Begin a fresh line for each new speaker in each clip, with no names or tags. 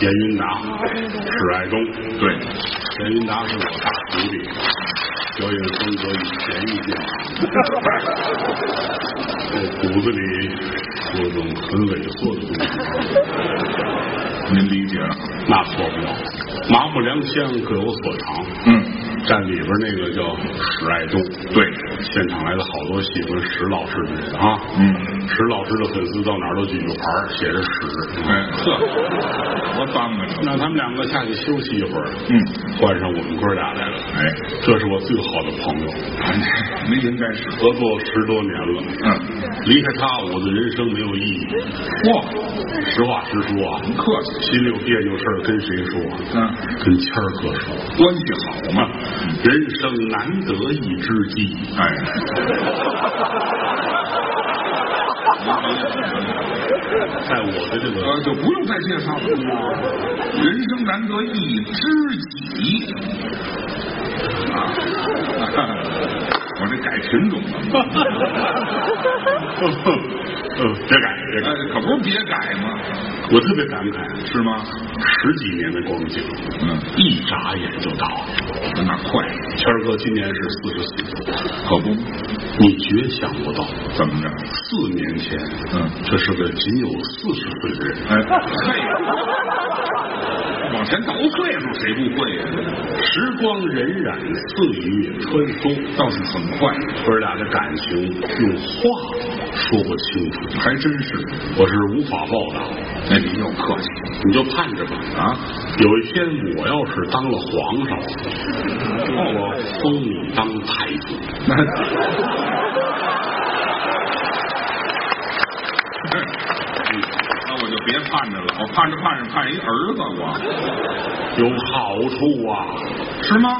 严云达、史爱东。
对，
严云达是我大徒弟，表演风格与前一见。我骨子里有种很猥琐的东西，
您理解啊了。
那错不了。麻木良乡各有所长，
嗯，
站里边那个叫史爱东，
对，
现场来了好多喜欢史老师的人啊。
嗯，
史老师的粉丝到哪儿都举个牌儿写着史，
哎，呵，多脏啊你！
让他们两个下去休息一会儿，
嗯，
换上我们哥俩来了。
哎，
这是我最好的朋友，
您应该是，
合作十多年了。
嗯，
离开他，我的人生没有意义。
嚯，
实话实说啊，
您客气，
心里有别扭事儿跟谁说啊？
嗯，
跟谦儿哥说。啊
关系好嘛，
人生难得一知己，
哎，
在我的这个
呃，就不用再介绍了。人生难得一知己啊！ 我这改品种了，
呃，别改，别
哎
改，，
可不是别改吗？
我特别感慨，
是吗？
十几年的光景，
嗯，
一眨眼就到了。
那快，
谦儿哥今年是四十四岁，
可不，
你绝想不到，
怎么着？
四年前，
嗯，
这是个仅有四十岁的人，
哎， 嘿，往前倒岁数谁不会呀、
时光荏苒，岁月穿梭，
倒是很快，
哥俩的感情用话说不清楚，
还真是。
我是无法报答，
哎，您又客气
你就盼着吧。
啊？
有一天我要是当了皇上，我封你当太子，
那 那我就别盼着了，我盼着盼着盼着一儿子，我
有好处啊！
是吗？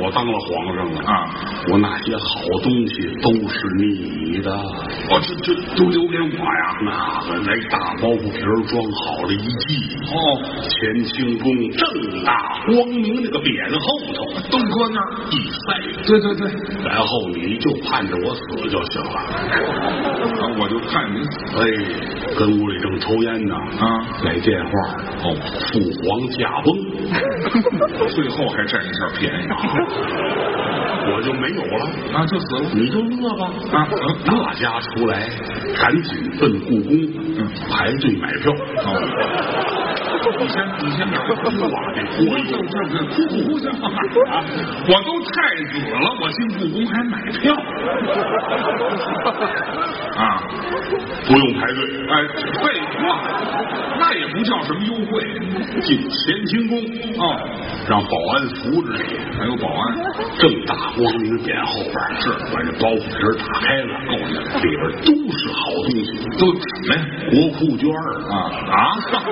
我当了皇上了，
啊，
我那些好东西都是你的。
哦，这这都留给我呀？
那个来大包袱皮儿装好了一季，
哦，
乾清宫正大光明那个匾后头
都搁那儿。
一塞，
对对对，
然后你就盼着我死就行了。
啊，我就看您
哎，跟屋里正抽烟呢，
啊，
来电话哦，父皇驾崩，
最后还占一下便宜
我就没有了，
啊，就死了
你就乐吧。
啊，
大家出来，赶紧奔故宫
嗯
排队买票。
哦，你先你先买吧。
哇，这
我
忽
就
悠
这这哭哭嘛啊！我都太子了，我进故宫还买票啊！
不用排队，
哎，废话，那也不叫什么优惠
进乾清宫。
哦，
让保安扶着你，
还有保安
正大光明匾后边儿是把这包袱皮儿打开了，够了，里边儿都是好东西，
都什么呀？
国库券儿
啊啊！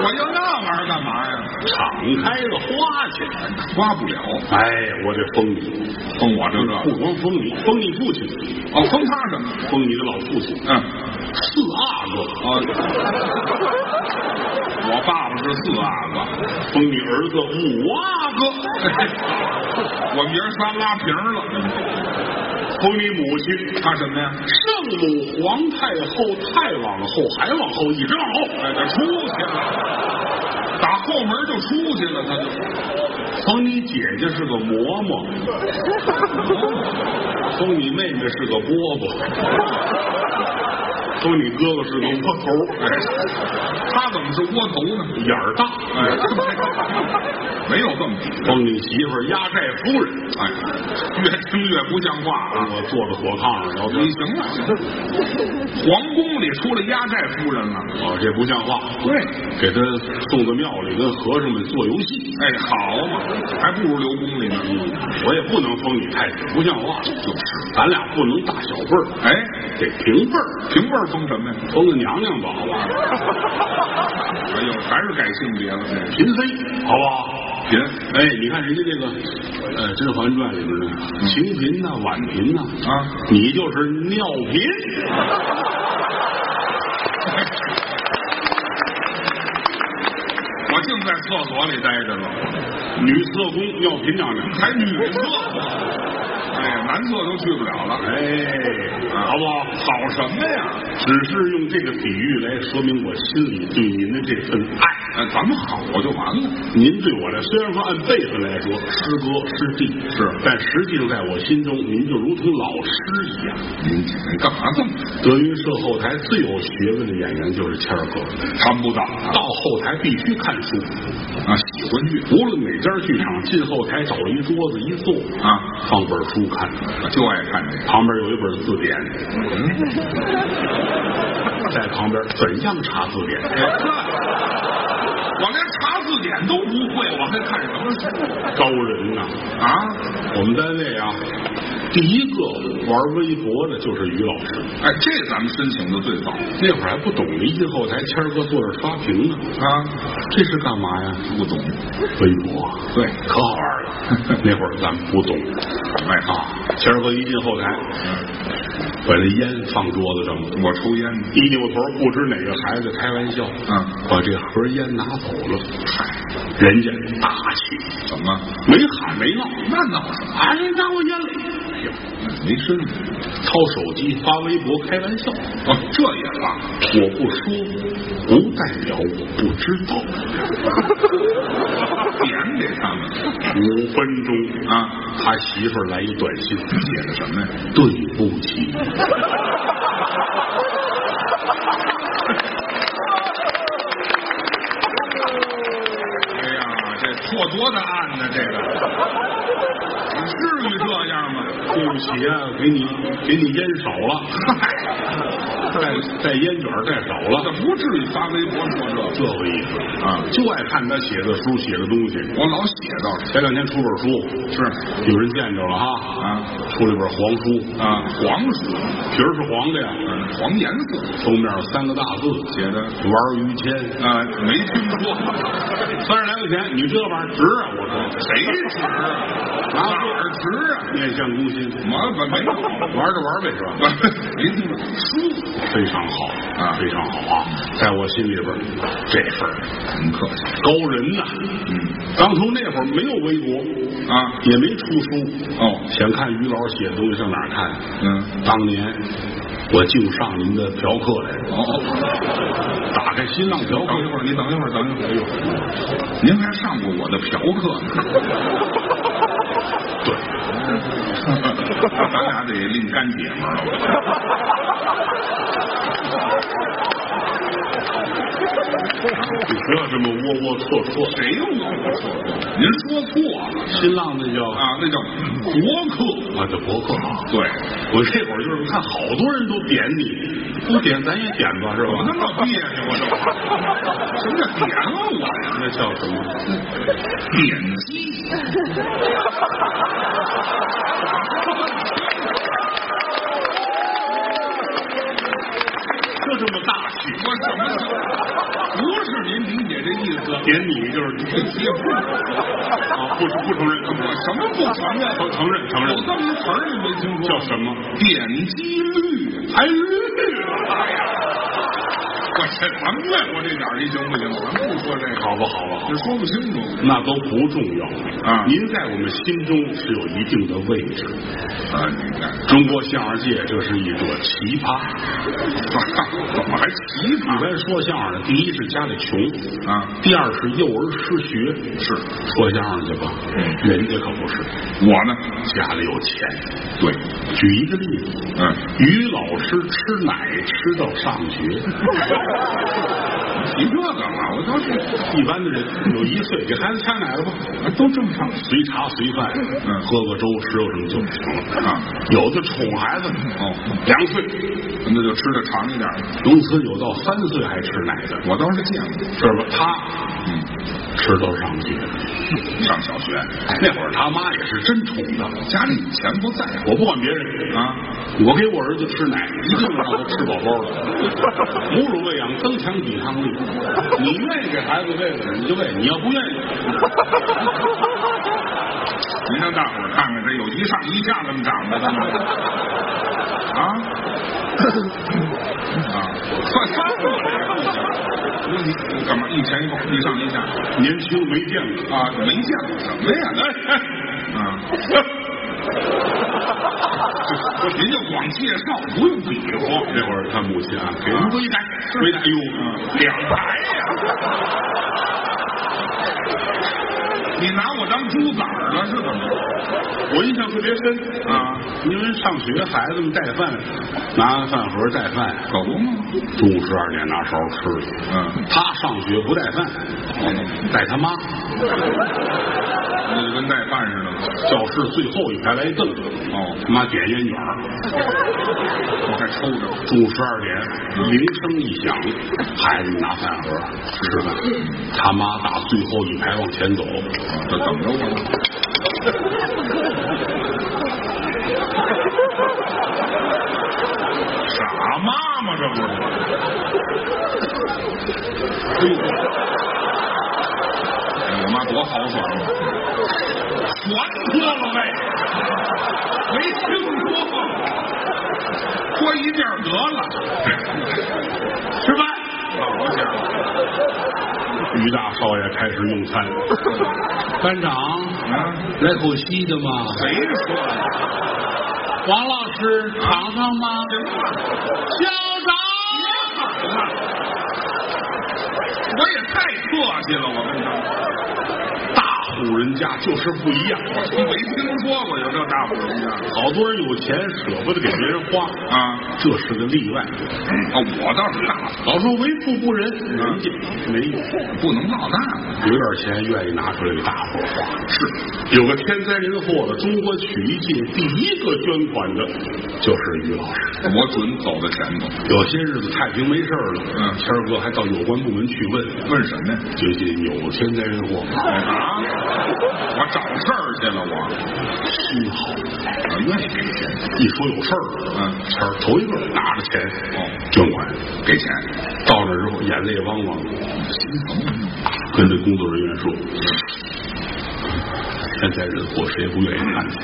我要那玩意儿干嘛呀？
敞开了花去。
花不了，
哎，我得封你，
封我这个
不光封你，封你父亲，
哦，封他什么？
封你的老父亲，
嗯，
四阿哥，
哦，我爸爸是四阿哥。
封你儿子五阿 哥，
我明儿仨拉平了，
封你母亲。
他什么呀？
圣母、皇太后、太往后，还往后一直往后，
哎，他出去了，打后门就出去了，他就
封你姐姐是个嬷 嬷，封你妹妹是个饽饽，封你哥哥是个窝头，
哎，他怎么是窝头呢？
眼儿大，
哎，没有这么比，
封你媳妇儿压寨夫人。
哎，越听越不像话啊！
我坐在火炕上聊天
你，行了，皇宫里出来压寨夫人了，
哦，这不像话。
对，
给他送到庙里跟和尚们做游戏，
哎，好嘛，还不如留宫里呢。
我也不能封你太子，不像话。就是，咱俩不能大小辈儿，
哎，
得平辈儿，
平辈儿封什么呀？
封个娘娘吧，好吧？
哎呦，还是改性别了，这
嫔妃，好不好？
贫
哎，你看人家这个，呃，《甄嬛传》里边呢，清嫔呐、婉嫔呐，
啊。
你就是尿嫔，
我净在厕所里待着了，
女色宫尿嫔娘娘，
还女厕，哎呀，南侧都去不了了。
哎，好不好？
好什么呀？
只是用这个比喻来说明我心里对您的这份爱。
哎，咱们好就完了。
您对我来，虽然说按辈分来说，师哥师弟
是
但实际上在我心中，您就如同老师一样。
您这干嘛这么
德云社后台最有学问的演员就是谦儿哥，
参不到啊？
到后台必须看书，
啊，喜欢剧
无论哪家剧场，进后台找一桌子一坐，
啊，
放本书看，
就爱看这个。
旁边有一本字典，
嗯，
在旁边怎样查字典？
哎呵哎我连查字典都不会，我还看什么书
高人呐、
啊？
我们单位啊，第一个玩微博的就是于老师。
哎，这咱们申请的最早
那会儿还不懂，一进后台，谦儿哥坐那儿刷屏呢。
啊，
这是干嘛呀？
不懂。
微博，
对，
可好玩了。那会儿咱们不懂
外号
啊。谦儿哥一进后台，把那烟放桌子上了，
我抽烟呢。
一扭头，不知哪个孩子开玩笑，
嗯，
把这盒烟拿走了。嗨，人家大气，
怎么？
没喊没闹，
那闹什么？
啊，你拿我烟了，哎
没身份。
掏手机发微博开玩笑。啊
哦，这也浪。
我不说，不代表我不知道。
点给他们
五分钟，
啊！
他媳妇儿来一短信，
写的什么呀？
对不起。
哎呀，这破多大案呢、这个至于这样吗？
对不起啊，给你给你烟少了，带带烟卷儿带少
这
了，
不至于发微博说
这个意思
这啊！
就爱看他写的书写的东西。
我老写到这
前两天出本书，
是
有人见着了哈，
啊
出了一本黄书，
啊，黄书，
皮儿是黄的呀，
嗯黄颜色
封面有三个大字，
写的
玩于谦，
啊，没听说
三十来块钱，你这玩意儿值啊！我说，
谁值啊？哪儿值啊？
面向攻心，
我本没有，
玩着玩呗，是吧？
您听着书
非常好
啊
非常好啊！在我心里边儿，这份儿
很客气，
高人呐、
嗯
当初那会儿没有微博，
啊
也没出书，
哦
想看于老师写的东西上哪儿看？
嗯
当年我净上您的嫖客来了，
哦。
打开新浪嫖
等一
客，
会儿，你等一会儿，等一会儿。哎呦，您还上过我的嫖客呢，
对，
咱俩得另干姐们儿了。
你不要这么窝窝戳戳。
谁用我说过？您说错了
新浪那叫
啊，那叫博客。
我的博客啊，
对，
我这会儿就是看好多人都点你，不点咱也点吧，是
怎么那
吧？
么别扭啊？这话什么叫点啊我呀？
那叫什么？
点击。
就这么大气，
我什么时候？不是您理解这意思。
点你就是
也不
啊，不不承认，
我什么不承认？
承承认承认
有，这么一词儿你没听说？
叫什么？
点击率。
还绿了，
我这什么呀？我这点儿一行不行？咱不说这个，
好吧好吧好吧
这，说不清楚。
那都不重要
啊
您在我们心中是有一定的位置。
啊，你看，
中国相声界这是一个奇葩。
怎么还奇
一
葩
般说相声的，第一是家里穷，
啊？
第二是幼儿失学。
是
说相声去吧，
嗯
人家可不是，
我呢？
家里有钱。
对，
举一个例子，
嗯，
于老师吃奶吃到上学，
提这干嘛？我倒是
一般的人有一岁，给孩子掐奶了吧，
都正常
随茶随饭，
嗯
喝个粥，吃个什么就行了。
啊。
有的宠孩子
哦，
两岁，
那就吃的长一点儿。
农村有到三岁还吃奶的，
我倒是见过，
是吧？他
嗯，
吃到上学，
上小学，
那会儿他妈也是真宠他。
家里以前不在乎
我不管别人，
啊。
我给我儿子吃奶，一定让他吃饱饱的。母乳喂养增强抵抗力，你愿意给孩子喂了你就喂，你要不愿意，
您让大伙儿看看，这有一上一下这么长的呢啊啊！算算了，不行，你你干嘛一前一后，一上一下
年轻没见过。 哎
啊？没见过什么呀？啊，人家广介绍不用比划，
这会儿他母亲啊，给
我
人
们
喂
归奶，
喂奶，哎呦，
两排呀、你拿我当猪崽儿了是怎么着？
我印象特别深啊，因为上学孩子们带饭，拿饭盒带饭，
可不吗？
中午十二点拿勺吃去。
嗯，
他上学不带饭，带他妈。
那就跟带饭似的了。
教室最后一排来凳，
哦，
他妈点烟卷儿，
我还抽着。
中午十二点铃声一响，孩子们拿饭盒吃饭。他妈打最后一排往前走，
这怎么着我？傻妈妈这不是？
哎呦，
哎我妈多豪爽啊！全脱了呗，没听说过，脱一件得了，吃饭。好家伙，
于大少爷开始用餐。班长，
啊，
来口稀的吗？
谁说的？
王老师，尝尝吗？
这骂
校长，
我也太客气了，我跟你说，
大户人家就是不一样，
我没听说过有这大户人家
好多人有钱舍不得给别人花，
啊。
这是个例外。
啊，我倒是大
老说为富不仁，人家没有，
不能闹大，
有点钱愿意拿出来给大伙花。是有个天灾人祸的，中国曲艺界第一个捐款的就是于老师。
我准走在前头。
有些日子太平没事儿了，
嗯
谦儿哥还到有关部门去问，
问什么呀？
最近有天灾人祸，
啊，我找事儿去了，我
心好。
我愿意给钱，
一说有事儿，
嗯，
谦儿头一个拿着钱
哦
捐款，
给钱，
到那儿之后眼泪汪汪，跟这工作人员说：“天灾人祸谁也不愿意看见，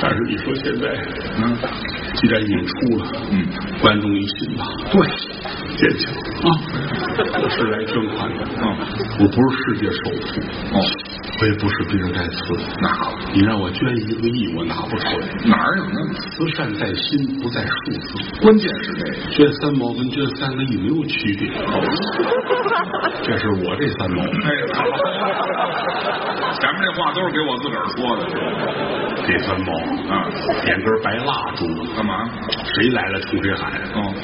但是你说现在
嗯
既然已经出了，
嗯，
观众一心吧，
对，
坚强啊！我是来捐款的，
嗯，
我不是世界首富，
哦，
我也不是比尔盖茨，
那好，
你让我捐一个亿，我拿不出来。
哪儿有那？
慈善在心，不在数字。”
关键是这个，
捐三毛跟捐三个亿没有区 别，这是我这三毛
哎，前面这话都是给我自个儿说的
这三毛
啊，
点根白蜡烛，
干嘛？
谁来了冲谁喊，
哦，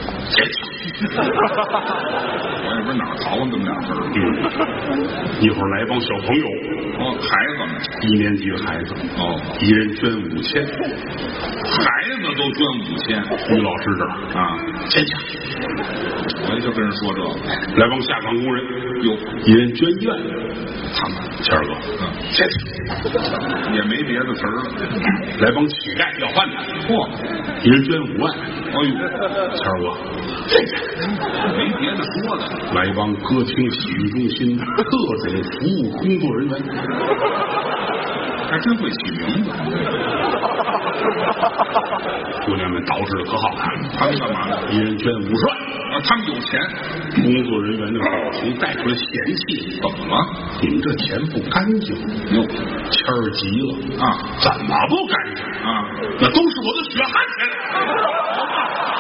我也不知道哪儿淘这么俩词儿，
嗯，一会儿来帮小朋友，
哦，孩子们，
一年级的孩子，
哦，
一人捐五千，
孩子都捐五千
于老师这儿
啊，
千下，
我就跟人说这个，
来帮下岗工人，
哟，
一人捐一万，他们谦儿哥，
嗯
千
也没别的词儿了，
来帮乞丐要饭的，
嚯、
一人捐五万，
哎呦，
谦儿哥，
没别的说的，
来一帮歌厅洗浴中心特种服务工作人员。
还真会起名字。
姑娘们捯饬的可好看了，
他们干嘛呢？
一人捐五十万。
啊，他们有钱，
工作人员的表情带出了嫌弃
怎么了？：“
你们这钱不干净。”
哟
谦儿急了
啊：“
怎么不干净？
啊，
那都是我的血汗钱！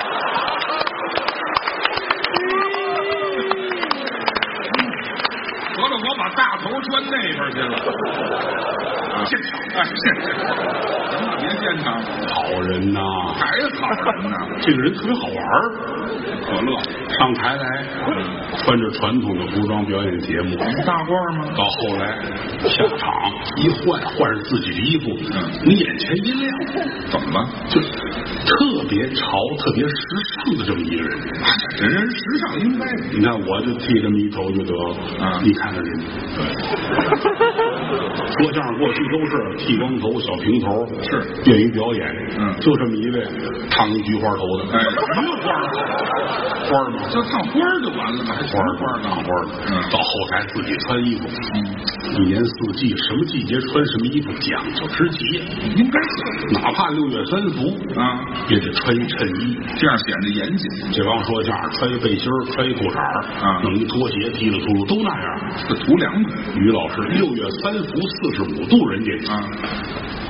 合着我把大头拴那边去了。啊，现场，哎，现场，行了，别现场，
好人呐，
还好人呢，
这个人特别好玩儿。
可乐，
上台来，穿着传统的服装表演节目，
大褂吗？
到后来下场一换，换上自己的衣服，
嗯
你眼前一亮，
怎么了？
就特别潮、特别时尚的这么一个人。
哎人人时尚应该
你看，我就剃这么一头就得了。
啊
你看看人家，说相声过去都是剃光头、小平头，
是
愿意表演，
嗯
就这么一位烫一菊花头的，
哎
菊花啊花儿吗？
就烫花儿就完了吧，还烫
花儿
花儿呢？
烫花儿的，
嗯
到后台自己穿衣服，
嗯，
一年四季什么季节穿什么衣服讲究之极，
应该
哪怕六月三伏
啊，
也得穿一衬衣。
这样显得严谨。
这帮说相声穿一背心儿穿一裤衩儿
啊
弄一拖鞋，提了秃噜都那样。
这图凉快
于老师六月三伏四十五度，人家
啊，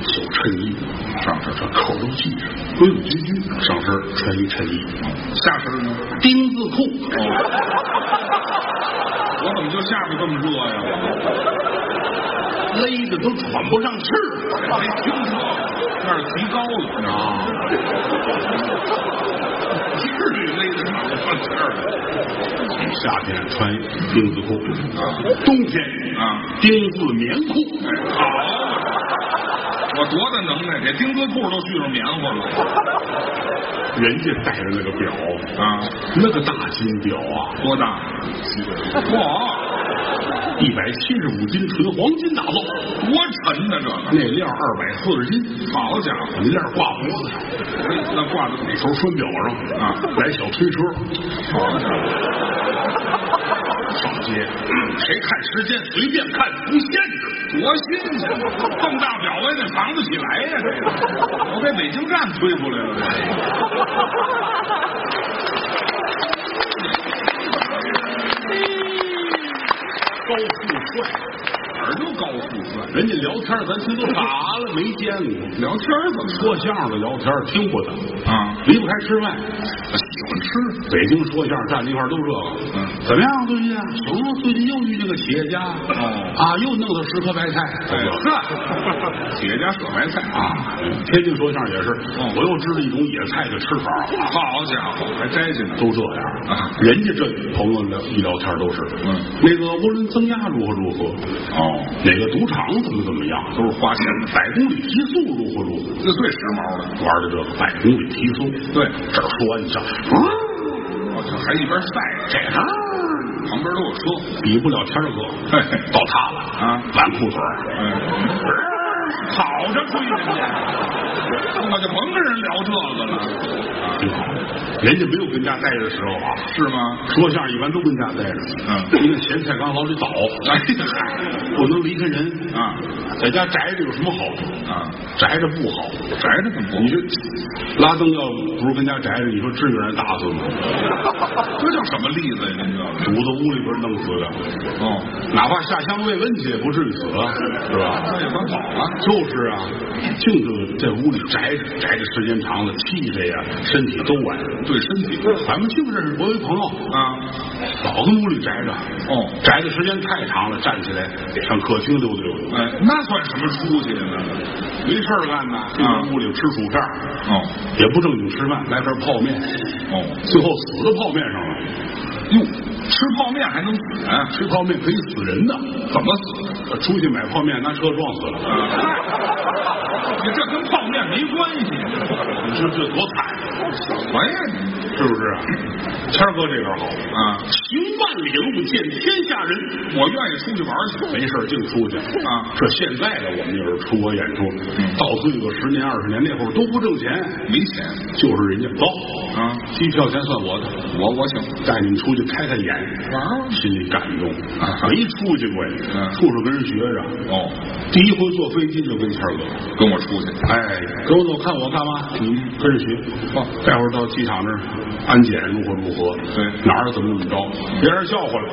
就衬衣，
上身
这口都系上，规规矩矩上身穿一衬衣，
下身呢？
丁字裤。
我怎么就下边这么热呀？
勒的都喘不上气儿
我没听说，那是提高了，
啊！
至于勒得满我这儿
夏天穿丁字裤，冬天
啊
丁字棉裤，
我多大能耐，给丁字裤都续上棉花了
人家戴着那个表，
啊！
那个大金表啊，
多大？嚯，
一百七十五斤纯黄金打造，
多沉呐、这个！
那料二百四十斤，
好家伙，
你链挂脖子上，哎
那挂的
那时候拴表上
啊
来小推车
好家伙，
上街，谁看时间随便看，不限制。
多新鲜！这么大表我也得扛得起来呀、这 个我被北京站推出来了，这个
高富帅，
哪儿就高富帅？
人家聊天咱这都傻了，没见过。
聊天儿怎么
说相声的聊天听过的，
啊？
离不开吃饭。
我喜欢吃
北京说相声站那块儿都这个。
嗯
怎么样？最近啊，行啊，最近又遇见个企业家，
哦
啊，又弄了十颗白菜。
哎呵，企业家舍白菜啊！
啊，天津说相声也是，
嗯
我又知道一种野菜的吃法，
好家伙，还摘去呢！
都这样。
啊
人家这朋友聊一聊天都是，
嗯
那个涡轮增压如何如何，
哦，
哪个赌场怎么怎么样，
都是花钱的，
百公里提速如何如何，
这最时髦了。
玩的这个百公里提速。
对，
这儿说完一下，啊，
我这还一边晒
这个啊。
着，旁边都有车。
比不了天儿哥，
嘿嘿
到他了
啊
挽裤腿儿
嗯，好着追人家，我就甭跟人聊这个了，
挺好。人家没有跟家待着的时候啊，
是 吗？
说相声一般都跟家待着。
嗯
因为咸菜缸老得倒，
哎呀，
不能离开人。
啊
在家宅着有什么好处？
啊，
宅着不好。
宅着怎么
你
不？
这拉登要不是跟家宅着，你说至于让人打死吗？
这叫什么例子呀？您这
堵在屋里边弄死的，
个哦，
哪怕下乡慰问去，也不至于死啊，是吧？
那也算好了。
就是啊，净就在屋里宅着，宅着时间长了，气的呀，身体都完。
对身体不好
咱们净认识我有一朋友，
啊，
老跟屋里宅着，
哦，
宅的时间太长了，站起来上客厅溜达溜达，
哎，那算什么出息呢？
没事儿干呢，就在屋里吃薯片儿，
哦
也不正经吃饭，来份泡面，
哦，
最后死在泡面上了。
哟，吃泡面还能死啊？
吃泡面可以死人的，
怎么死的？
出去买泡面拿车撞死了，
你这跟泡面没关系，
你说这多惨，啊
什么呀？
是不是啊？谦儿哥这边好，
啊，
行万里路见天下人。
我愿意出去玩去。
没事儿净出去
啊
这现在的我们就是出国演出，
嗯
到最个十年二十年那会儿都不挣钱，
没钱，
就是人家走
啊
机票钱算我的，
我我请
带你们出去开开眼，
玩
心里感动
啊
没出去过呀，
嗯
处处跟人学着。
哦，
第一回坐飞机就跟谦儿哥，
跟我出去。
哎，嗯跟我走，看我干嘛？你跟着学。
哦，
待会儿到机场那儿安检如何如何，
对
哪儿怎么怎么着，别让人笑话了，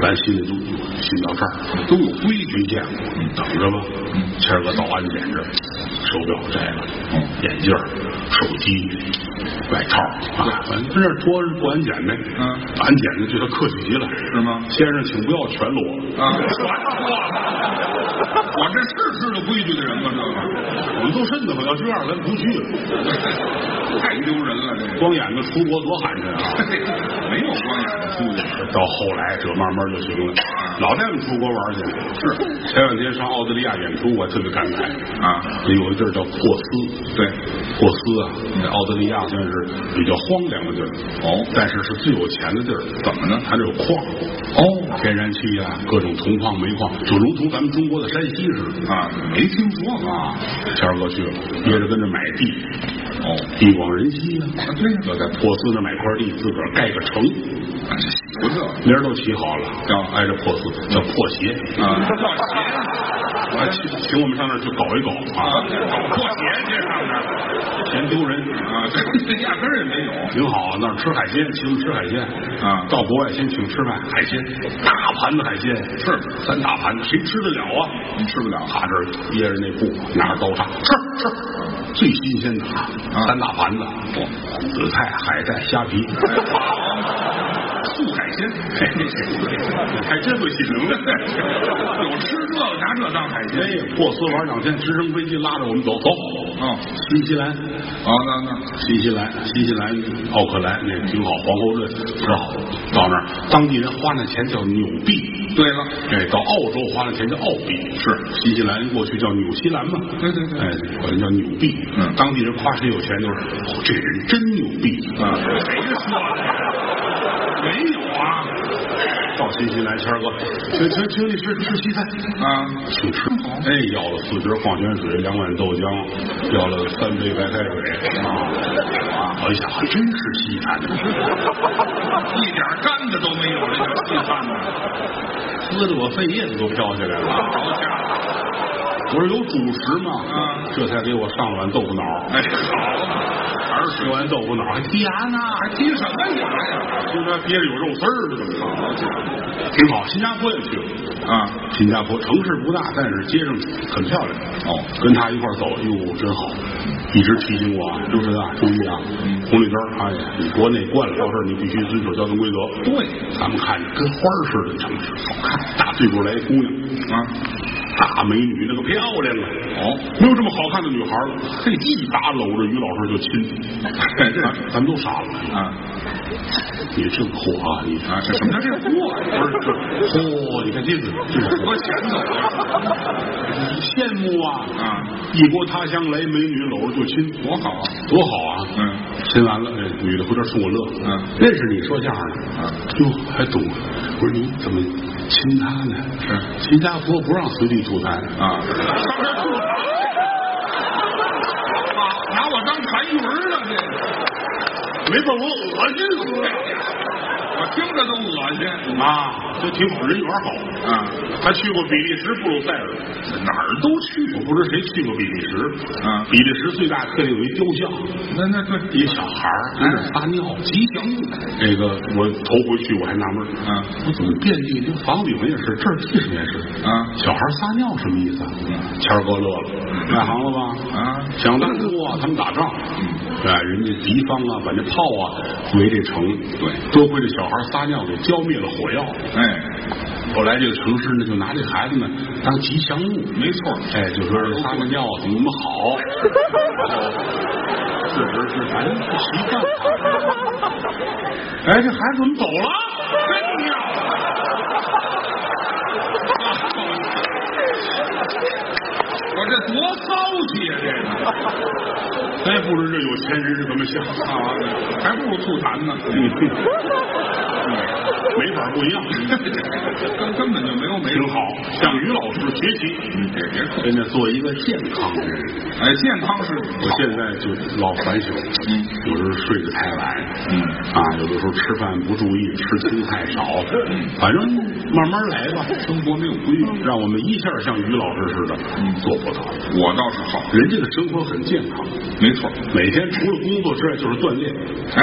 咱心里都心到这儿都有规矩，没见过，等着吧。谦儿哥到安检这儿，手表摘了，
嗯
眼镜儿、手机、外套啊，反正跟这儿拖着过安检呗。
嗯
安检的对他客气极了，
是吗？
先生，请不要全裸。
啊，我这是知道规矩的人吗？这
我们都瘆得慌，要这样咱不去了。
个 太丢人了，这
光眼子出 国多寒碜啊！
个没有光眼的出去。
到后来这慢慢就行了，老带我们出国玩去。是前两天上澳大利亚演出，我特别感慨
啊
有一地儿叫珀斯，
对，
珀斯啊，在澳大利亚算是比较荒凉的地儿
哦
但是是最有钱的地儿。
怎么呢
它这有矿，
哦
天然气啊，各种铜矿、煤矿，就如同咱们中国的山西似的。
啊，没听说过
啊，谦儿哥去了，接着跟着买地，
哦，
地广人稀啊。
啊对呀，
要在珀斯那买块地，自个儿盖个城，
啊这喜不这
名儿都起好了，叫挨着珀斯，叫破鞋。
啊， 破鞋，
我还请请我们上那儿去搞一搞
啊
啊，，
搞破鞋去上面儿
嫌丢人。
啊，这这压根儿也没有
挺好，那儿吃海鲜，请我们吃海鲜
啊
到国外先请吃饭，海鲜大盘子海鲜
是
三大盘，谁吃得了啊？
你吃不了
他这儿掖着那布，拿着刀叉，吃吃，最新鲜的啊，三大盘子，
哦
紫菜、海带、虾皮，
素海鲜，还真会形容，有吃这个拿这当海鲜
哎，珀斯玩两天，直升飞机拉着我们走，走，
哦
新西兰，
哦，那那
新西兰，新西兰，奥克兰那挺好，皇后镇是好，到那儿当地人花那钱叫纽币。
对了，
哎，到澳洲花的钱叫澳币，是新西兰过去叫纽西兰嘛？
对对对
哎，管它叫纽币。
嗯
当地人夸谁有钱就是，哦，这人真牛逼
啊，谁说的？没有啊
到新西兰，谦儿哥，请请请你吃吃西餐，
啊，
请吃。哎，要了四瓶矿泉水，两碗豆浆，要了三杯白开水啊！我一想，还真是西餐呢，
一点干的都没有，这叫稀饭呢。
撕的我肺叶子都飘起来了。
好家伙，
我说有主食吗？
啊
这才给我上了碗豆腐脑儿，
哎，好，
还是吃完豆腐脑儿哎还低牙呢。
还提什么牙呀？
听说憋着有肉丝儿的，啊挺好。新加坡也去了，
啊，
新加坡城市不大，但是街上很漂亮。
哦，
跟他一块儿走，哟，真好！一直提醒我，刘神啊，注意啊，红绿灯儿，哎呀，你国内惯了，到这儿你必须遵守交通规则。
对
咱们看着跟花儿似的，你城市好看，大屁股来一姑娘，
啊，
大美女，那个漂亮啊！
哦，
没有这么好看的女孩儿了，嘿，一把搂着于老师就亲，
这是
咱咱们都傻了。
啊
你真火啊！你
啊，这什么叫这货呀？
不是，嚯、你看这个，这个
多前头啊
羡慕啊！
啊，
异国他乡来美女搂着就亲，
多好啊！
多好啊！
嗯，
亲完了，哎，女的回头冲我乐，
嗯
认识你说相声的，
嗯
哟，还懂啊？我说你怎么亲她呢？
是
新加坡不让随地吐痰，
啊，上这吐啊，拿我当痰盂儿了，这
没把我恶心死了
我听着都恶心
啊！这挺好，人缘好。
啊！
他去过比利时、布鲁塞尔，嗯哪儿都去。我不知谁去过比利时。
嗯
比利时最大特点有一雕像，
那那对，
一小孩儿在那儿撒哎尿，吉祥物。这个我头回去我还纳闷儿，
啊
我怎么遍地这房顶上也是，这儿地上也是
啊
小孩儿撒尿什么意思啊？谦儿哥乐了，外行了吧？
啊，
想当初啊，他们打仗，哎，人家敌方啊，把那炮啊围这城，
对，
多亏这小孩儿撒尿给浇灭了火药。
哎，
后来这个城市呢，就拿这孩子呢当吉祥物，
没错儿，
哎，就说是撒个尿怎么怎么好，然后自个儿是咱不习惯啊哎，这孩子怎么走了？
真妙啊！我这多骚气呀、这个
咱也哎不知这有钱人是怎么想的，嗯
啊，还不如吐痰呢，
没法不一样，
根根本就没有没有
挺好。向于老师学习，
嗯，别别客气，
真的做一个健康的人。
哎，健康是
我现在就老反省，有时候睡得太晚，
嗯
啊，有的时候吃饭不注意，吃青菜少，反正慢慢来 吧。
生活没有规律，
让我们一下像于老师似的，嗯做不到。
我倒是好，
人家的生活很健康，
没错儿，
每天除了工作之外就是锻炼，
哎，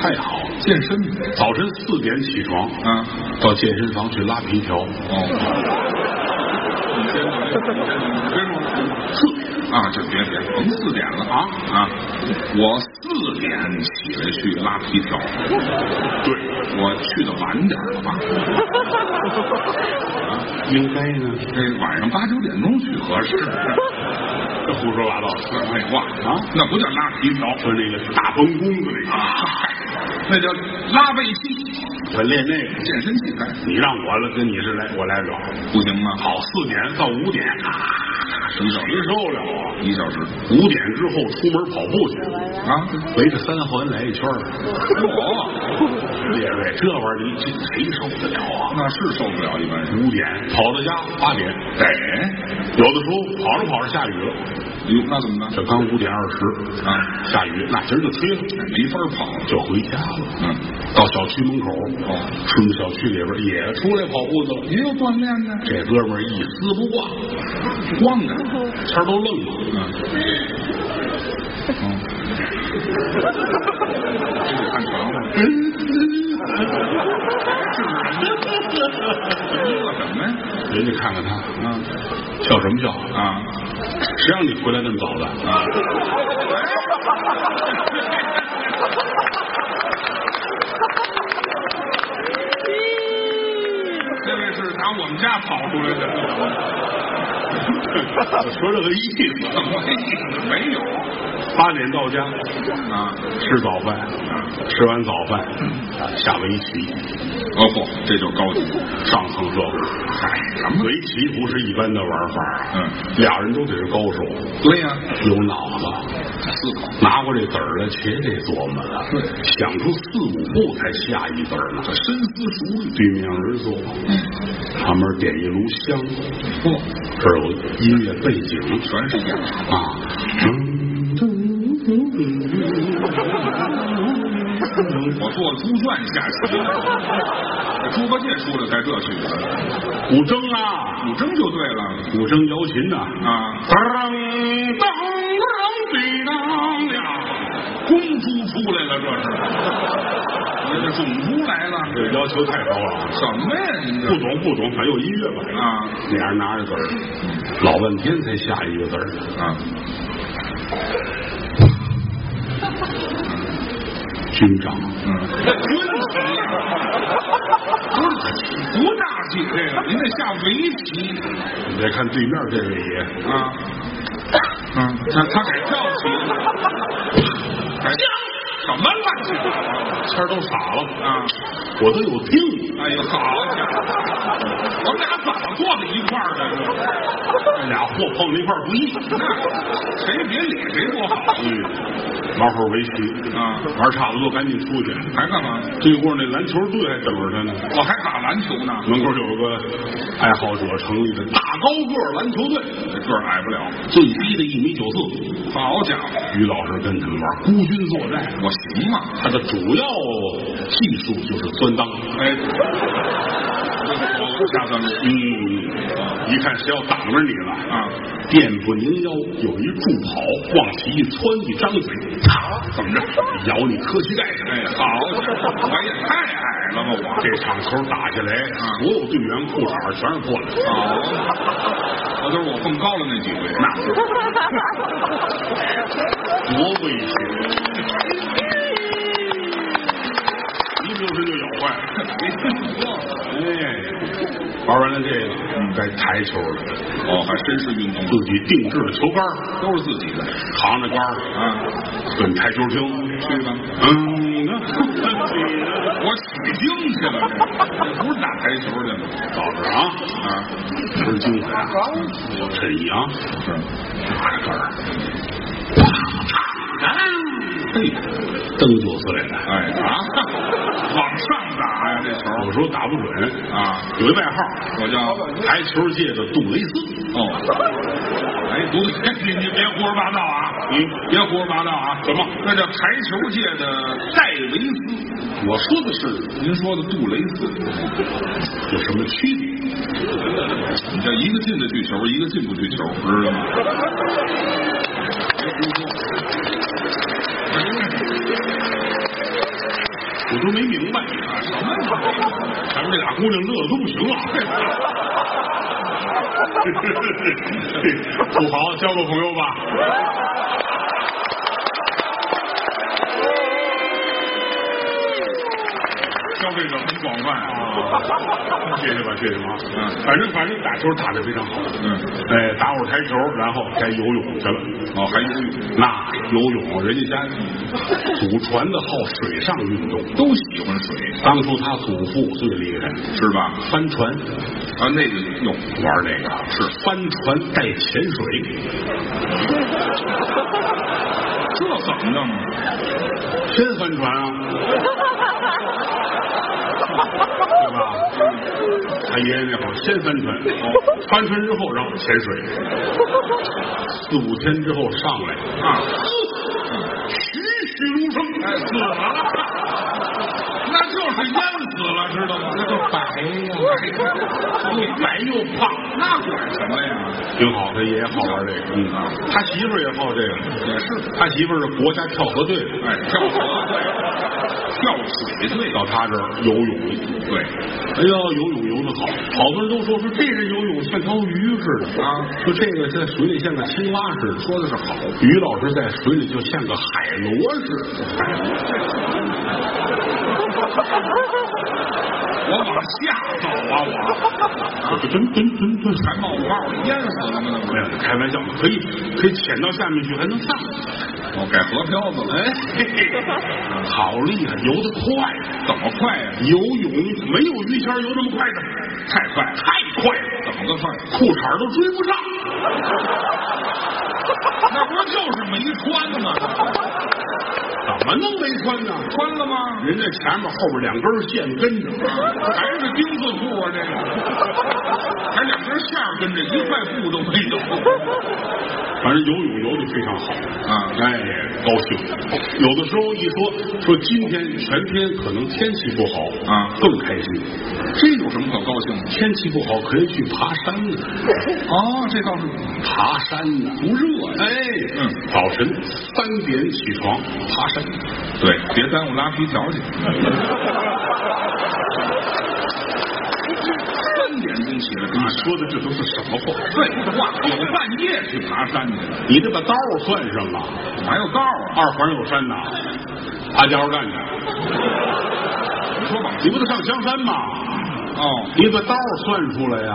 太好了。
健身
早晨四点起床，
啊，
到健身房去拉皮条，
哦，你先说，你先说，别说。
四
啊，就别别，甭四点了啊啊！我四点起来去拉皮条，
对，
我去的晚点了吧？
应该呢，
这晚上八九点钟去合适？
这胡说八道，
这废话
啊
那不叫拉皮条，
说那个大崩弓子那个，
啊，那叫拉背肌。
我练那个。
健身器材
你让我了，跟你是来，我来不了。
不行吗？
好，四点到五点，
一小
谁
时，
受了啊？
一小时
五点之后出门跑步去，
啊！
围着三环来一圈儿。
我
列位，这玩意儿你这谁受得了啊？
那是受不了一般人。
五点跑到家八点，
哎得，
有的时候跑着跑着下雨了，
哟，那怎么办？
这刚五点二十
啊，
下雨，那今儿就吹了，
没法跑了。
就回家了。
嗯，
到小区门口，
哦，
顺着小区里边也出来跑步去了。
也有锻炼呢，
这哥们儿一丝不挂，
光着。
天儿都愣了。
嗯，嗯，这得看床了。乐什么呀？
人家看看他，
啊
笑什么笑？
啊！
谁让你回来那么早的？
这位是打我们家跑出来的，
我说这个意思。
怎么意思？没有
八点到家，
啊？
吃早饭，吃完早饭，啊下围棋，
哦不，这就高级。
上层社会。
嗨，什么？
围棋不是一般的玩法啊，
嗯，
俩人都得是高手，
对呀、
有脑子，
思考。
拿过这子儿来，且得琢磨了，
对
想出四五步才下一子儿呢，深思熟虑，对面而坐，
嗯，
旁边点一炉香，
不，
这儿有音乐背景
全是这样。
啊，嗯
我做猪圈下棋，猪八戒出来才这曲子，
古筝啊，
古筝就对了
古筝摇琴呐、
啊。
当当当滴当呀！
公猪出来了，这是，我这种猪来了，
这要求太高了，
什么呀？您
不
这
懂不懂，还有音乐吧？
啊
那人拿着子儿，老半天才下一个字儿，
啊，
军长。
嗯，军棋不是不大气这个，您得下围棋
你再看对面这位也，
啊。嗯，他他改跳棋了，改什么乱七八糟
天儿都傻了，
啊！
我都有听，
哎呦，好家伙，我们俩怎么坐在一块儿的？
这俩货碰在一块儿不易。
这谁别理谁不好
嗯，玩会儿围棋，
啊？
玩差不多赶紧出去。
还干嘛？
对过那篮球队还等着他呢。
我还打篮球呢，
门口有个爱好者成立的大高个儿篮球队，
这个儿矮不了。
最低的一米九四。
好家伙，
于老师跟他们玩孤军作战，
我行吗？
他的主要技术就是钻裆。
哎，我下三路
嗯，一看谁要挡着你了，
啊？
垫步凝腰，有一助跑，往起一窜，一张嘴，嚓，
怎么着？
咬你磕膝盖上。
哎，好家伙，我也太矮了吧我。
这场球打下来，所有队员裤衩全是破的。
好，我都是我蹦高了那几回。
那是多危险！一不留神就咬坏了。哎，玩完了这个，该台球了，
哦，还真是运动，
自己定制的球杆儿，
都是自己的
扛着杆儿
啊。
奔台球厅。
去吧，
嗯，那
我取经去了，这这不是打台球去吗？
早上啊，
啊，
吃精神啊，趁一啊，
是，
拿着杆儿，嘿，蹬就碎了。
哎啊，往上打呀，这球
有时候打不准，
啊，
有一外号，
我叫
台球界的杜蕾斯。
哦，哎，不对，你你别胡说八道啊，
嗯，
别胡说八道啊，
怎么
那叫台球界的戴维斯，
我说的是
您说的杜蕾斯，
有什么区别？
你这一个进得去球，一个进不去球，知道吗？别胡说，
我都没明白。
什么？
咱们这俩姑娘乐的都不行啊 了。土豪，交个朋友吧。
交
消费者很广泛啊！ 谢谢吧，谢谢吧。嗯，反正反正打球打得非常好。
嗯，
哎，打会儿台球，然后该游泳去了。
哦，还游泳，
那游泳，人家家祖传的好水上运动。
都喜欢水
当初他祖父最厉害，
是吧？
帆船
啊，那个有
玩那个
是
帆船带潜水，
这怎么弄啊？
真帆船啊，对吧？他爷爷那会儿先帆船，帆船之后然后潜水，四五天之后上来，
啊，
栩栩如生，
哎，死了，那就是淹死了，知道吗？那就白呀，
又白又胖，
那管什么呀？
挺好。他爷爷好玩这个，嗯，他媳妇儿也好这个，
也是，
他媳妇儿是国家跳河队的，
哎，跳河对，跳水对，
到他这儿游泳。
对
哎呀，游泳游得好，好多人都说说这人游泳像条鱼似的
啊
说这个在水里像个青蛙似的，说的是好。于老师在水里就像个海螺似 的，
我往下走啊，我
就蹲蹲蹲蹲，
还冒泡，淹死了吗？那不
哎
是？
呀，开玩笑，可以可以潜到下面去，还能上。
哦，改河漂子了，
哎，嘿嘿好厉害，游得快，
怎么快呀、
游泳没有于谦游那么快的，
太快了，
太快了，
怎么个快？
裤衩儿都追不上。
那不就是没穿吗？
怎么能没穿呢？
穿了吗？
人家前面后边两根线跟着。
还是丁字裤啊，这个，还两根线儿跟着，一块布都 没有
反正游泳游的非常好，
啊
哎，高兴。有的时候一说说今天全天可能天气不好
啊
更开心。
这有什么可高兴的？
天气不好可以去爬山呢，
哦，这倒是
爬山呢不热呀。哎，
嗯，
早晨三点起床爬山，
对，别耽误拉皮条去。三点钟起来爬
你说的这都是什么话？
废话，有半夜去爬山去了，
你得把道儿算上啊！
我还有道儿啊？
二环有山呐，爬加油站去，
你说往
你不得上香山吗？
哦
你把道儿算出来呀、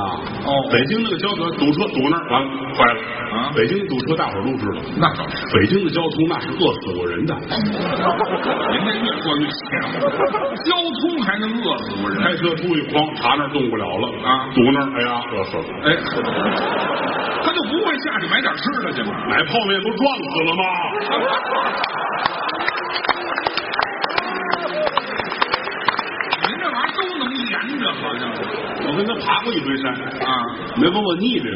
哦
北京那个交通堵车堵那儿完了坏了
啊
北京的堵车大伙儿都知道，
那倒是，
北京的交通那是饿死过人的。
嗯人家越过越强，交通还能饿死我人。
开车出去哐查那儿动不了了
啊
堵那儿哎呀饿死了，
哎，他就不会下去买点吃的去吗？
买泡面不撞死了吗？
您这玩意儿都能连着，好像是
我跟他爬过一回山，
啊
没把我腻着。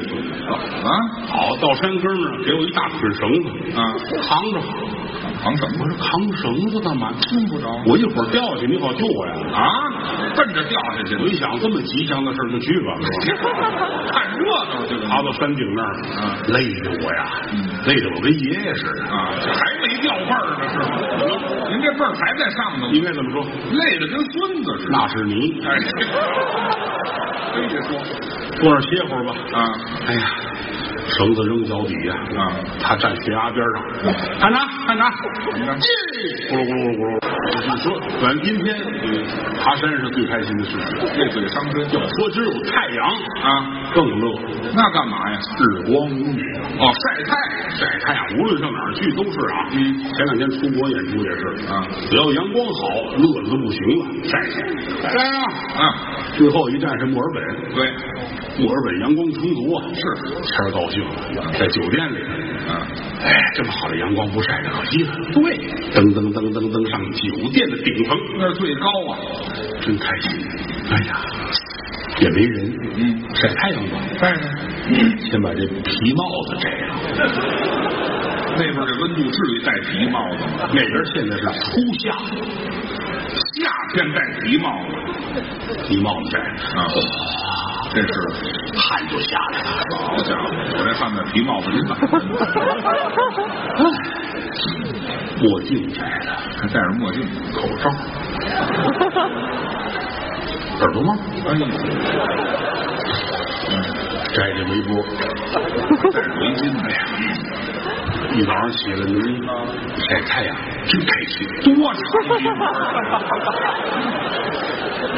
啊
好，到山根儿那儿给我一大捆绳子，
啊！
扛着。
扛什
我
么？
说扛绳子干嘛？
听不着
我一会儿掉下去，你好救我呀！
啊！奔着掉下去
我一想这么吉祥的事儿就去吧，是吧？
了，看热闹去了。
爬到山顶那儿，累的我呀，累的我跟爷爷似的。
啊，这还没掉辈儿呢，是吗？您这辈儿还在上头，
应该怎么说？
累得跟孙子似的。
那是你，
哎，非得说
坐那儿歇会儿吧。
啊
哎呀，绳子扔脚底下，
啊！
他站悬崖边上，看着看着，
怎么着？
咕噜咕噜咕噜咕噜。你说，反正今天嗯爬山是最开心的事情。
这嘴伤身就
说今儿有太阳，
啊，
更乐，
那干嘛呀？
日光无雨。
哦，晒太阳，
晒太阳，哎无论上哪儿去都是啊。
嗯
前两天出国演出也是
啊
只要阳光好，乐的都不行了，晒晒。晒啊！
啊，
最后一站是墨尔本，
对，
墨尔本阳光充足啊，是天儿高兴，在酒店里，
啊，
哎，这么好的阳光不晒着可惜了。对，噔噔噔噔噔上酒店的顶层，
那最高啊，
真开心。哎呀，也没人，
嗯，
晒太阳吧。
但是
先把这皮帽子摘了，
那边这温度至于戴皮帽子吗？
那边现在是初夏，
夏天戴皮帽子，
皮帽子摘了，
啊，这是
汗就下来了。
好家伙，我这汗在皮帽子里打，
墨镜摘了，
还戴着墨镜，
口 罩，耳朵吗？
哎呀，
摘这围脖，
戴着围巾，哎呀，
一早上起来，您晒太阳真开心，
多长一会儿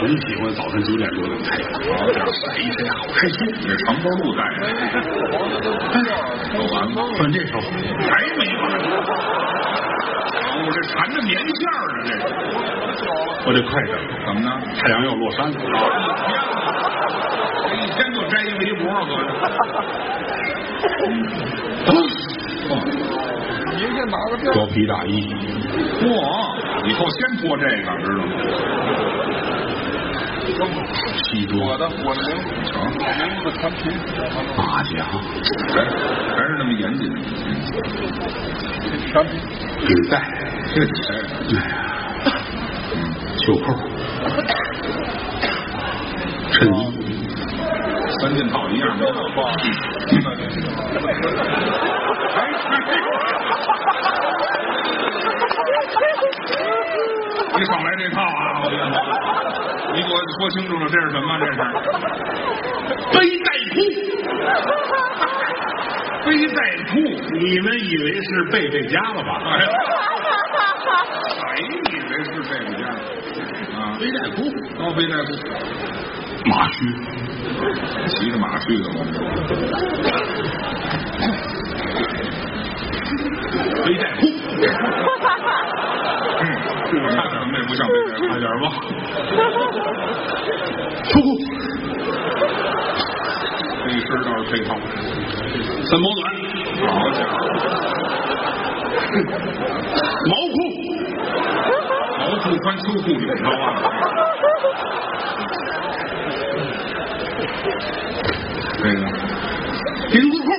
我就喜欢早晨九点多那个太阳，这样晒一晒好开心。
这长脖鹿在呢，完了，
算这时候，
还没完。我这缠着棉线儿呢，这
我这快点，
是怎么呢？
太阳要落山了。
这一天就摘一围脖子，
您这哪个地儿？
貂皮大衣，
嚯！以后先脱这个，知道吗？
西
我
装，
的我的名字，名字产品。
马甲，
还还是那么严谨。
产品
领带，
这哎
嗯袖扣，衬衣，
三件套一样没有
哇，
你少来这套啊！我跟你说，你给我说清楚了，这是什么？这是
背带裤。
背带裤。
你们以为是贝贝家了吧？
哎，哎，你这是这个家啊？
背带裤，
高背带裤，
马靴，
骑着马去的吗？嗯
背带裤，
嗯，我看着那不像背带裤，
差点忘了。秋裤，
这一身倒是配套。
三毛短，
好家伙，
毛裤，
毛裤穿秋裤领着啊！这个，
丁字裤，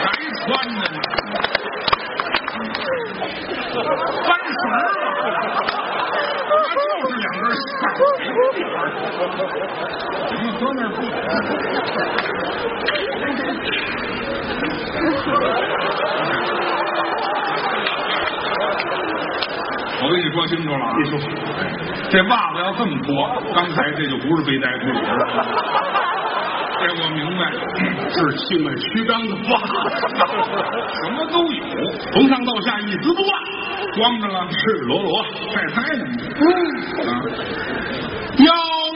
还穿着呢，翻绳儿啊，那就是两根线儿，怎么搁那儿不？我跟你说清楚了啊！
你说哎
这袜子要这么脱，刚才这就不是背带裤了。这我明白，
是性爱曲张的袜，
什么都有，
从上到下一丝不挂，
光着了，
赤裸裸，啊
晒太阳呢。啊，
要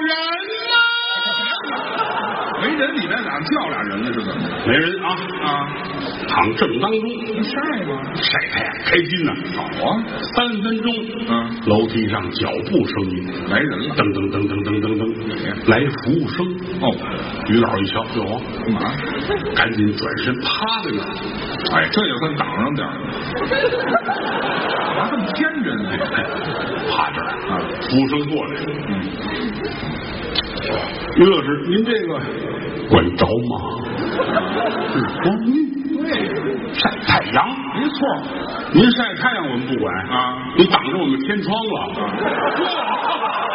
人
啊没人，你再咋叫俩人了是怎么
呐！没人啊，
着？啊，
躺正当中，
晒吧，
晒太阳，开心呐、
好啊，
三分钟，
嗯，
楼梯上脚步声音，
来人了
噔。噔噔噔噔噔噔，来服务生。
哦，
于老一瞧，哟，
干嘛？
赶紧转身趴在那儿，
哎，这也算挡上点儿了。 干嘛这么天真呢？
趴这儿。
啊，
服务生过来，
嗯，
于老师，您这个管着吗？日光浴
对，
晒太阳，
没错。
您晒太阳我们不管
啊
你挡着我们天窗了。
啊